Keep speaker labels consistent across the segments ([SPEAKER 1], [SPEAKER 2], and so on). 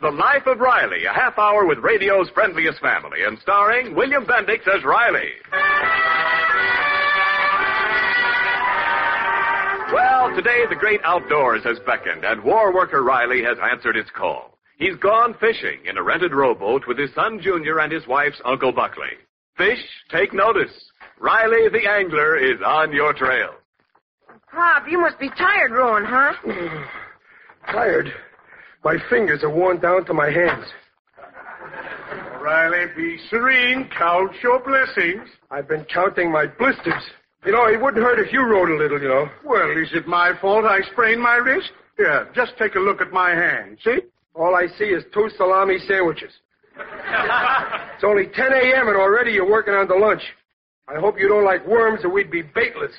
[SPEAKER 1] The Life of Riley, a half hour with radio's friendliest family, and starring William Bendix as Riley. Well, today the great outdoors has beckoned, and war worker Riley has answered its call. He's gone fishing in a rented rowboat with his son Junior and his wife's Uncle Buckley. Fish, take notice. Riley the angler is on your trail.
[SPEAKER 2] Pop, you must be tired rowing, huh?
[SPEAKER 3] Tired. My fingers are worn down to my hands.
[SPEAKER 4] Riley, be serene. Count your blessings.
[SPEAKER 3] I've been counting my blisters. You know, it wouldn't hurt if you rode a little, you know.
[SPEAKER 4] Well, is it my fault I sprained my wrist? Here, just take a look at my hand. See?
[SPEAKER 3] All I see is two salami sandwiches. it's only 10 a.m. and already you're working on the lunch. I hope you don't like worms or we'd be baitless.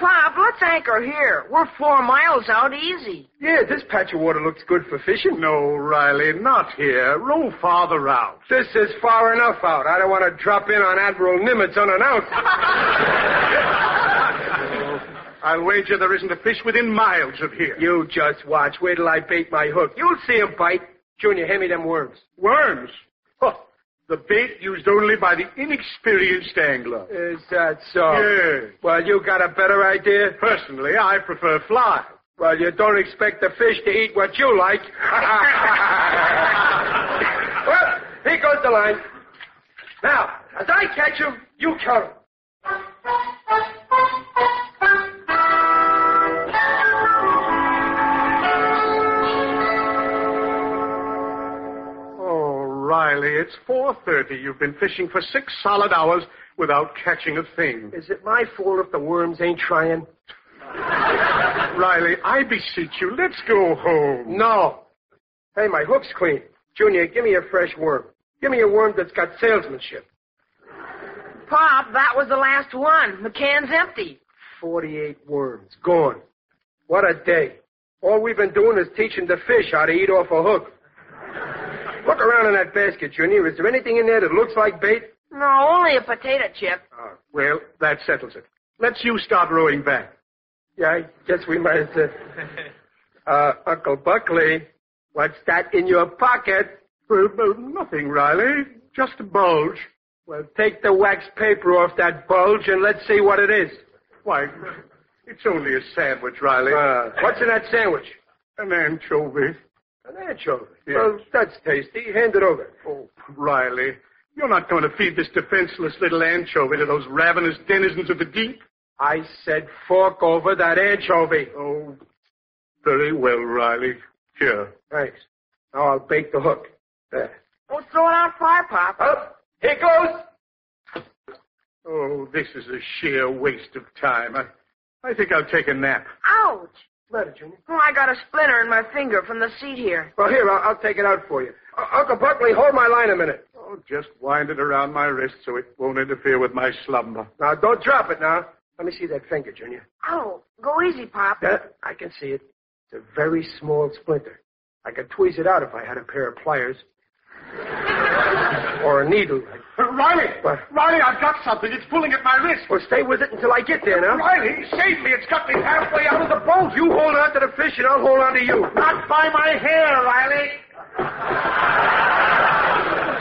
[SPEAKER 2] Pop, let's anchor here. We're four miles out easy.
[SPEAKER 3] Yeah, this patch of water looks good for fishing.
[SPEAKER 4] No, Oh, Riley, not here. Row farther out.
[SPEAKER 3] This is far enough out. I don't want to drop in on Admiral Nimitz unannounced.
[SPEAKER 4] I'll wager there isn't a fish within miles of here.
[SPEAKER 3] you just watch. Wait till I bait my hook. You'll see him bite. Junior, hand me them worms.
[SPEAKER 4] Worms. Huh. The bait used only by the inexperienced angler.
[SPEAKER 3] Is that so?
[SPEAKER 4] Yes.
[SPEAKER 3] Well, you got a better idea?
[SPEAKER 4] Personally, I prefer fly.
[SPEAKER 3] Well, you don't expect the fish to eat what you like. well, here goes the line. Now, as I catch him, you count him.
[SPEAKER 4] Oh, Riley, it's 4.30. You've been fishing for six solid hours without catching a thing.
[SPEAKER 3] Is it my fault if the worms ain't trying?
[SPEAKER 4] Riley, I beseech you, let's go home.
[SPEAKER 3] No. Hey, my hook's clean. Junior, give me a fresh worm. Give me a worm that's got salesmanship.
[SPEAKER 2] Pop, that was the last one. The can's empty.
[SPEAKER 3] 48 worms. Gone. What a day. All we've been doing is teaching the fish how to eat off a hook. Look around in that basket, Junior. Is there anything in there that looks like bait?
[SPEAKER 2] No, only a potato chip.
[SPEAKER 4] Ah, well, that settles it. Let's you start rowing back.
[SPEAKER 3] Yeah, I guess we might have said. Uh, Uncle Buckley, what's that in your pocket?
[SPEAKER 4] Well, well, nothing, Riley. Just a bulge.
[SPEAKER 3] Well, take the wax paper off that bulge and let's see what it is.
[SPEAKER 4] Why, it's only a sandwich, Riley.
[SPEAKER 3] Uh, what's in that sandwich?
[SPEAKER 4] An anchovy.
[SPEAKER 3] An anchovy.
[SPEAKER 4] Yes.
[SPEAKER 3] Well, that's tasty. Hand it over.
[SPEAKER 4] Oh, Riley, you're not going to feed this defenseless little anchovy to those ravenous denizens of the deep.
[SPEAKER 3] I said fork over that anchovy.
[SPEAKER 4] Oh, very well, Riley. Here.
[SPEAKER 3] Thanks. Now I'll bake the hook. There.
[SPEAKER 2] Don't throw it out far, Pop.
[SPEAKER 3] Up. Here goes.
[SPEAKER 4] Oh, this is a sheer waste of time. I, I think I'll take a nap.
[SPEAKER 2] Ouch!
[SPEAKER 3] Let it, Junior.
[SPEAKER 2] Oh, I got a splinter in my finger from the seat here.
[SPEAKER 3] Well, here, I'll, I'll take it out for you. Uh, Uncle Buckley, hold my line a minute.
[SPEAKER 4] Oh, just wind it around my wrist so it won't interfere with my slumber.
[SPEAKER 3] Now, don't drop it now. Let me see that finger, Junior.
[SPEAKER 2] Oh, go easy, Pop.
[SPEAKER 3] Yeah, I can see it. It's a very small splinter. I could tweeze it out if I had a pair of pliers. Or a needle.
[SPEAKER 4] Uh, Riley!
[SPEAKER 3] What?
[SPEAKER 4] Riley, I've got something. It's pulling at my wrist.
[SPEAKER 3] Well, stay with it until I get there now.
[SPEAKER 4] Riley, save me. It's got me halfway out of the boat.
[SPEAKER 3] You hold on to the fish and I'll hold on to you.
[SPEAKER 4] Not by my hair, Riley.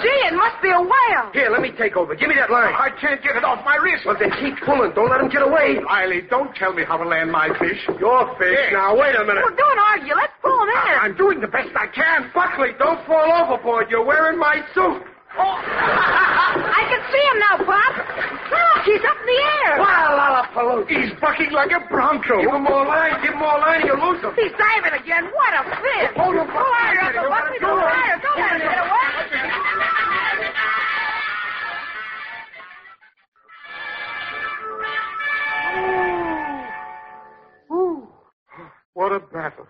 [SPEAKER 2] Gee, it must be a whale.
[SPEAKER 3] Here, let me take over. Give me that line.
[SPEAKER 4] I can't get it off my wrist.
[SPEAKER 3] Well, then keep pulling. Don't let him get away.
[SPEAKER 4] Riley, don't tell me how to land my fish.
[SPEAKER 3] Your fish.
[SPEAKER 4] Yeah.
[SPEAKER 3] Now, wait a minute.
[SPEAKER 2] Well, don't argue. Let's pull him in.
[SPEAKER 3] Uh-huh.
[SPEAKER 4] I'm doing the best I can.
[SPEAKER 3] Buckley, don't fall overboard. You're wearing my suit.
[SPEAKER 2] Oh. I can see him now, Pop. Look, he's up in the air.
[SPEAKER 3] What a lollapalooza.
[SPEAKER 4] He's bucking like a bronco.
[SPEAKER 3] Give him more line. Give him more line and you'll lose him.
[SPEAKER 2] He's diving again. What a fish.
[SPEAKER 3] Hold him.
[SPEAKER 2] Pull higher up
[SPEAKER 3] Oh, You
[SPEAKER 2] and let
[SPEAKER 3] wanna
[SPEAKER 2] me
[SPEAKER 3] do
[SPEAKER 2] go
[SPEAKER 3] it.
[SPEAKER 2] higher. Don't let him get away.
[SPEAKER 4] Ooh. What a battle.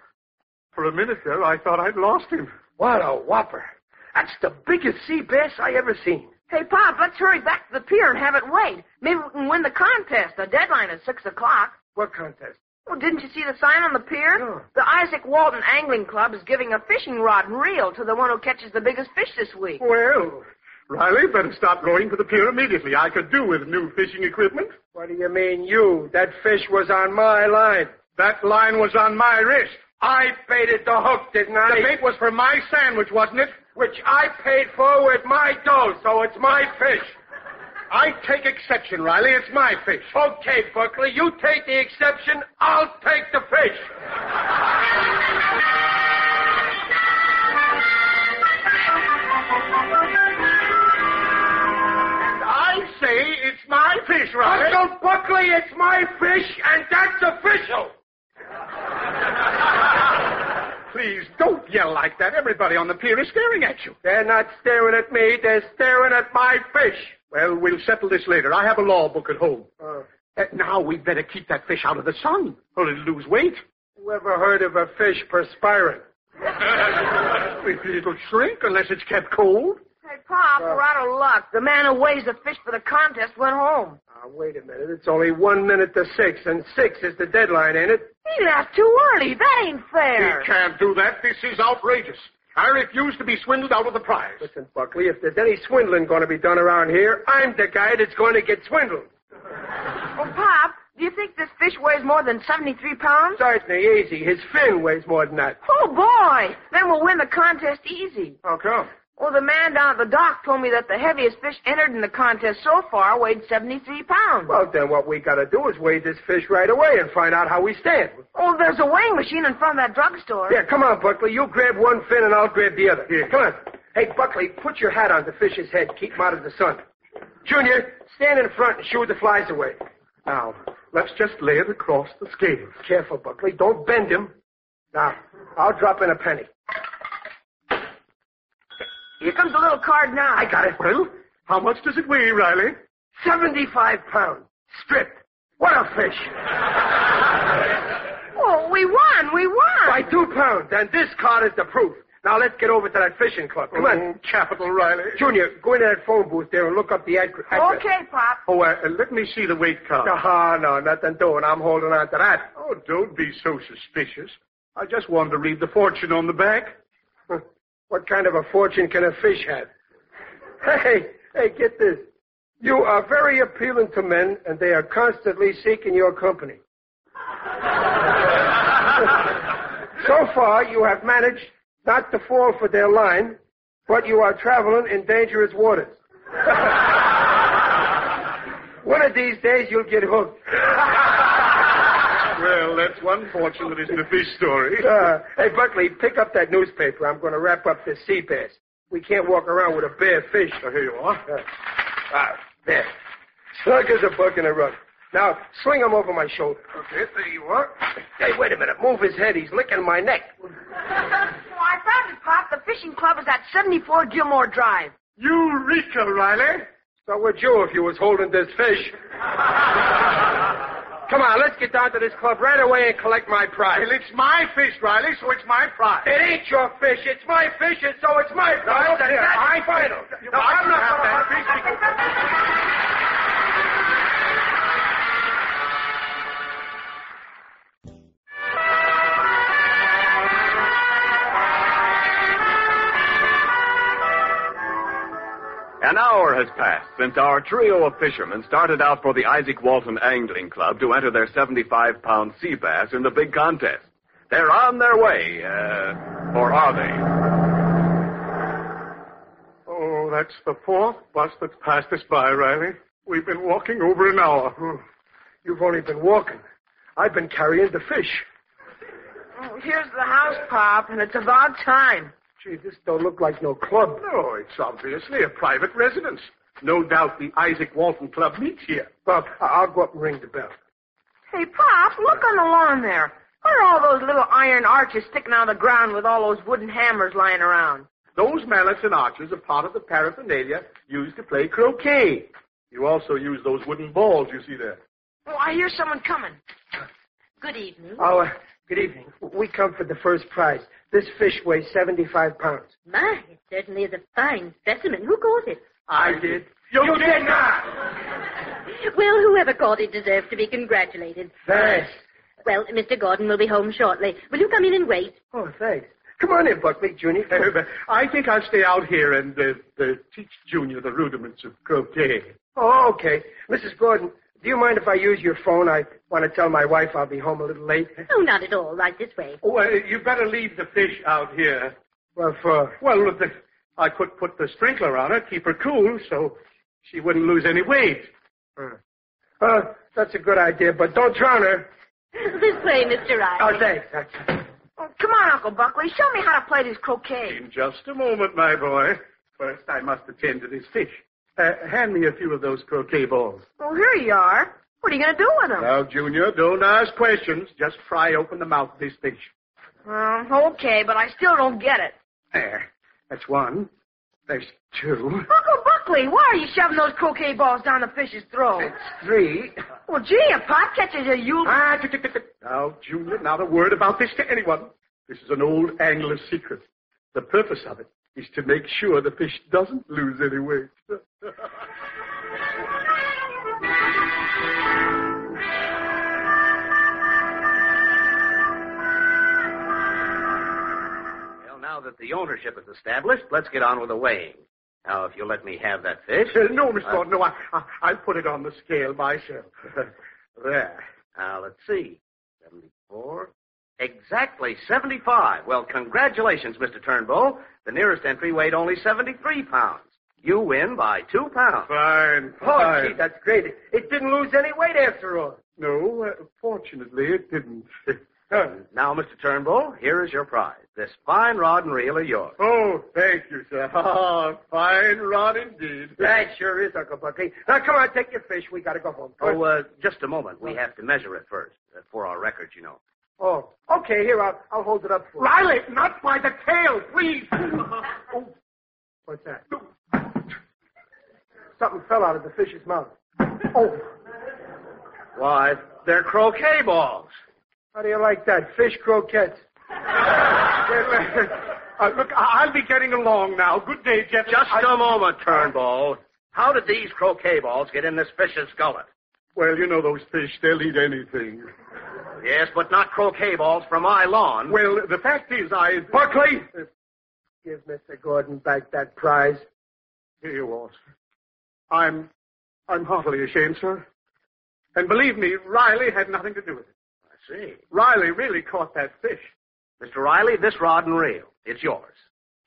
[SPEAKER 4] For a minute there, I thought I'd lost him.
[SPEAKER 3] What a whopper. That's the biggest sea bass I ever seen.
[SPEAKER 2] Hey, Pop, let's hurry back to the pier and have it weighed. Maybe we can win the contest. The deadline is 6 o'clock.
[SPEAKER 3] What contest?
[SPEAKER 2] Well, didn't you see the sign on the pier?
[SPEAKER 3] No.
[SPEAKER 2] The Isaac Walton Angling Club is giving a fishing rod and reel to the one who catches the biggest fish this week.
[SPEAKER 4] Well, Riley, better stop going to the pier immediately. I could do with new fishing equipment.
[SPEAKER 3] What do you mean, you? That fish was on my line.
[SPEAKER 4] That line was on my wrist.
[SPEAKER 3] I baited the hook, didn't I?
[SPEAKER 4] The bait was for my sandwich, wasn't it?
[SPEAKER 3] Which I paid for with my dough, so it's my fish.
[SPEAKER 4] I take exception, Riley. It's my fish.
[SPEAKER 3] Okay, Buckley, you take the exception, I'll take the fish.
[SPEAKER 4] I say it's my fish, Riley.
[SPEAKER 3] Uncle Buckley, it's my fish, and that's official.
[SPEAKER 4] Please don't yell like that. Everybody on the pier is staring at you.
[SPEAKER 3] They're not staring at me, they're staring at my fish.
[SPEAKER 4] Well, we'll settle this later. I have a law book at home.
[SPEAKER 3] Uh,
[SPEAKER 4] Uh, now we'd better keep that fish out of the sun, or it'll lose weight.
[SPEAKER 3] whoever heard of a fish perspiring?
[SPEAKER 4] It- It'll shrink unless it's kept cold.
[SPEAKER 2] Hey, Pop, we're out of luck. The man who weighs the fish for the contest went home.
[SPEAKER 3] Ah, wait a minute, it's only one minute to six, and six is the deadline, ain't it?
[SPEAKER 2] He left too early. That ain't fair.
[SPEAKER 4] You can't do that. This is outrageous. I refuse to be swindled out of the prize.
[SPEAKER 3] Listen, Buckley, if there's any swindling going to be done around here, I'm the guy that's going to get swindled.
[SPEAKER 2] Well, Pop, do you think this fish weighs more than 73 pounds?
[SPEAKER 3] Certainly easy. His fin weighs more than that.
[SPEAKER 2] Oh, boy. Then we'll win the contest easy.
[SPEAKER 3] How come?
[SPEAKER 2] Well, the man down at the dock told me that the heaviest fish entered in the contest so far weighed 73 pounds.
[SPEAKER 3] Well, then what we got to do is weigh this fish right away and find out how we stand.
[SPEAKER 2] Oh, there's a weighing machine in front of that drugstore.
[SPEAKER 3] Yeah, come on, Buckley. You grab one fin and I'll grab the other. Come on. Hey, Buckley, put your hat on the fish's head. Keep him out of the sun. Junior, stand in front and shoo the flies away.
[SPEAKER 4] Now, let's just lay it across the scales.
[SPEAKER 3] Careful, Buckley. Don't bend him. Now, I'll drop in a penny.
[SPEAKER 2] Here comes the little card now.
[SPEAKER 3] I got it.
[SPEAKER 4] Well, how much does it weigh, Riley?
[SPEAKER 3] 75 pounds. Stripped. What a fish.
[SPEAKER 2] Oh, we won. We won.
[SPEAKER 3] By two pounds, and this card is the proof. Now let's get over to that fishing club. Come on.
[SPEAKER 4] Oh, capital, Riley.
[SPEAKER 3] Junior, go into that phone booth there and look up the ad- address.
[SPEAKER 2] Okay, Pop.
[SPEAKER 4] Oh, uh, uh, let me see the weight card.
[SPEAKER 3] Ah, no, nothing doing. I'm holding on to that.
[SPEAKER 4] Oh, don't be so suspicious. I just wanted to read the fortune on the back.
[SPEAKER 3] Huh. What kind of a fortune can a fish have? Hey, hey, get this. You are very appealing to men, and they are constantly seeking your company. so far, you have managed not to fall for their line, but you are traveling in dangerous waters. One of these days, you'll get hooked.
[SPEAKER 4] Well, that's one fortune that isn't a fish story.
[SPEAKER 3] Uh, hey, Buckley, pick up that newspaper. I'm going to wrap up this sea bass. We can't walk around with a bare fish.
[SPEAKER 4] Oh, here you are.
[SPEAKER 3] Uh, ah, there. Snug as a buck in a rug. Now, swing him over my shoulder.
[SPEAKER 4] Okay, there you are.
[SPEAKER 3] Hey, wait a minute. Move his head. He's licking my neck.
[SPEAKER 2] Well, I found it, Pop. The fishing club is at 74 Gilmore Drive.
[SPEAKER 4] Eureka, Riley.
[SPEAKER 3] So would you if you was holding this fish. Come on, let's get down to this club right away and collect my prize.
[SPEAKER 4] Well, it's my fish, Riley, so it's my prize.
[SPEAKER 3] It ain't your fish. It's my fish, and so it's my prize.
[SPEAKER 4] look
[SPEAKER 3] and
[SPEAKER 4] here,
[SPEAKER 3] that's
[SPEAKER 4] I-
[SPEAKER 3] final.
[SPEAKER 4] You-
[SPEAKER 3] Now,
[SPEAKER 4] I
[SPEAKER 3] I'm
[SPEAKER 4] can
[SPEAKER 3] not
[SPEAKER 4] have
[SPEAKER 3] gonna
[SPEAKER 4] that
[SPEAKER 3] hunt these people.
[SPEAKER 1] An hour has passed since our trio of fishermen started out for the Isaac Walton Angling Club to enter their 75 pound sea bass in the big contest. They're on their way, uh, or are they?
[SPEAKER 4] Oh, that's the fourth bus that's passed us by, Riley. We've been walking over an hour.
[SPEAKER 3] You've only been walking. I've been carrying the fish.
[SPEAKER 2] Oh, here's the house, Pop, and it's about time.
[SPEAKER 3] Gee, this don't look like no club.
[SPEAKER 4] No, Oh, it's obviously a private residence. No doubt the Isaac Walton Club meets here.
[SPEAKER 3] Bob, I- I'll go up and ring the bell.
[SPEAKER 2] Hey, Pop, look on the lawn there. What are all those little iron arches sticking out of the ground with all those wooden hammers lying around?
[SPEAKER 4] Those mallets and arches are part of the paraphernalia used to play croquet. You also use those wooden balls you see there.
[SPEAKER 2] Oh, I hear someone coming. Good evening.
[SPEAKER 3] Oh, uh, good evening. We come for the first prize. This fish weighs 75 pounds.
[SPEAKER 5] My, it certainly is a fine specimen. Who caught it?
[SPEAKER 4] I did. You, did not!
[SPEAKER 5] Well, whoever caught it deserves to be congratulated.
[SPEAKER 3] Thanks.
[SPEAKER 5] Well, Mr. Gordon will be home shortly. Will you come in and wait?
[SPEAKER 3] Oh, thanks. Come on in, Buckley, Junior.
[SPEAKER 4] I think I'll stay out here and uh, uh, teach Junior the rudiments of croquet.
[SPEAKER 3] Oh, okay. Mrs. Gordon, do you mind if I use your phone? I want to tell my wife I'll be home a little late.
[SPEAKER 5] Oh, not at all. Right this way.
[SPEAKER 4] Oh, uh, you better leave the fish out here.
[SPEAKER 3] Well, for...
[SPEAKER 4] Well, look, the, I could put the sprinkler on her, keep her cool, so she wouldn't lose any weight.
[SPEAKER 3] Uh, that's a good idea, but don't drown her.
[SPEAKER 5] This way, Mr.
[SPEAKER 3] Oh,
[SPEAKER 5] Riley.
[SPEAKER 3] thanks. That's-
[SPEAKER 2] Oh, come on, Uncle Buckley. Show me how to play this croquet.
[SPEAKER 4] In just a moment, my boy. First, I must attend to this fish. Uh, hand me a few of those croquet balls.
[SPEAKER 2] Well, here you are. What are you going to do with them?
[SPEAKER 4] Now, Junior, don't ask questions. Just fry open the mouth of this fish.
[SPEAKER 2] Um, okay, but I still don't get it.
[SPEAKER 4] There. That's one. There's two.
[SPEAKER 2] Uncle Buckley, why are you shoving those croquet balls down the fish's throat?
[SPEAKER 4] Three.
[SPEAKER 2] Well, gee, a pot catches a you.
[SPEAKER 4] Ah, tick, tick, tick, tick. Now, Junior, not a word about this to anyone. This is an old angler's secret. The purpose of it is to make sure the fish doesn't lose any weight.
[SPEAKER 6] Well, now that the ownership is established, let's get on with the weighing. Now, if you'll let me have that fish.
[SPEAKER 4] Uh, no, Miss Gordon, no, I, I, I put it on the scale myself. there.
[SPEAKER 6] Now, Uh, let's see. 74. Exactly 75. Well, congratulations, Mr. Turnbull. The nearest entry weighed only 73 pounds. You win by two pounds.
[SPEAKER 4] Fine,
[SPEAKER 3] Oh, gee, that's great. It, it didn't lose any weight after all.
[SPEAKER 4] No, uh, fortunately, it didn't. Oh.
[SPEAKER 6] Now, Mr. Turnbull, here is your prize. This fine rod and reel are yours.
[SPEAKER 4] oh, thank you, sir. Ah, Fine rod indeed.
[SPEAKER 3] That sure is, Uncle Buckley. Now, come on, take your fish. We got to go home.
[SPEAKER 6] Oh, uh, just a moment. We have to measure it first uh, for our records, you know.
[SPEAKER 3] Oh, okay, here, I'll, I'll hold it up for you.
[SPEAKER 4] Riley, not by the tail, please. oh,
[SPEAKER 3] What's that? Something fell out of the fish's mouth. Oh,
[SPEAKER 6] Why, they're croquet balls.
[SPEAKER 3] how do you like that? Fish croquettes.
[SPEAKER 4] uh, look, I- I'll be getting along now. Good day, Jeff.
[SPEAKER 6] Just a moment, Turnbull. How did these croquet balls get in this fish's gullet?
[SPEAKER 4] Well, you know those fish, they'll eat anything.
[SPEAKER 6] Yes, but not croquet balls from my lawn.
[SPEAKER 4] Well, the fact is, I... Buckley!
[SPEAKER 3] Give Mr. Gordon back that prize.
[SPEAKER 4] Here you are. sir. I'm, I'm heartily ashamed, sir. And believe me, Riley had nothing to do with it.
[SPEAKER 6] I see.
[SPEAKER 4] Riley really caught that fish.
[SPEAKER 6] Mr. Riley, this rod and reel, it's yours.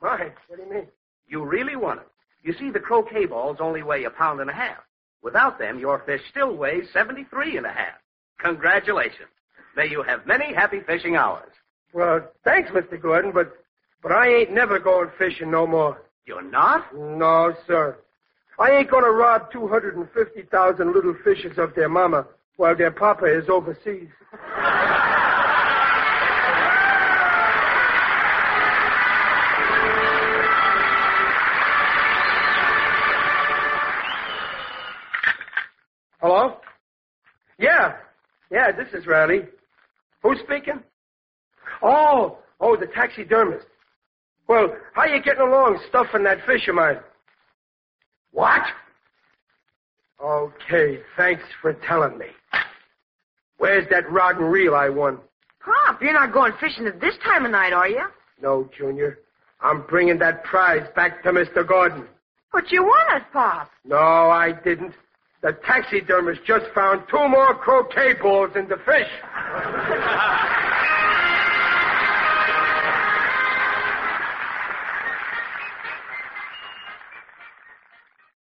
[SPEAKER 3] Mine? What do you mean?
[SPEAKER 6] You really won it. You see, the croquet balls only weigh a pound and a half. Without them, your fish still weighs seventy-three and a half. Congratulations. May you have many happy fishing hours.
[SPEAKER 3] Well, thanks, Mr. Gordon, but but I ain't never going fishing no more.
[SPEAKER 6] You're not?
[SPEAKER 3] No, sir. I ain't gonna rob two hundred and fifty thousand little fishes of their mama while their papa is overseas. Hello? Yeah. Yeah, this is Riley. Who's speaking? Oh, oh, the taxidermist. Well, how you getting along stuffing that fish of mine? What? Okay, thanks for telling me. Where's that rod and reel I won?
[SPEAKER 2] Pop, you're not going fishing at this time of night, are you?
[SPEAKER 3] No, Junior. I'm bringing that prize back to Mr. Gordon.
[SPEAKER 2] But you won it, Pop.
[SPEAKER 3] No, I didn't. The taxidermist just found two more croquet balls in the fish.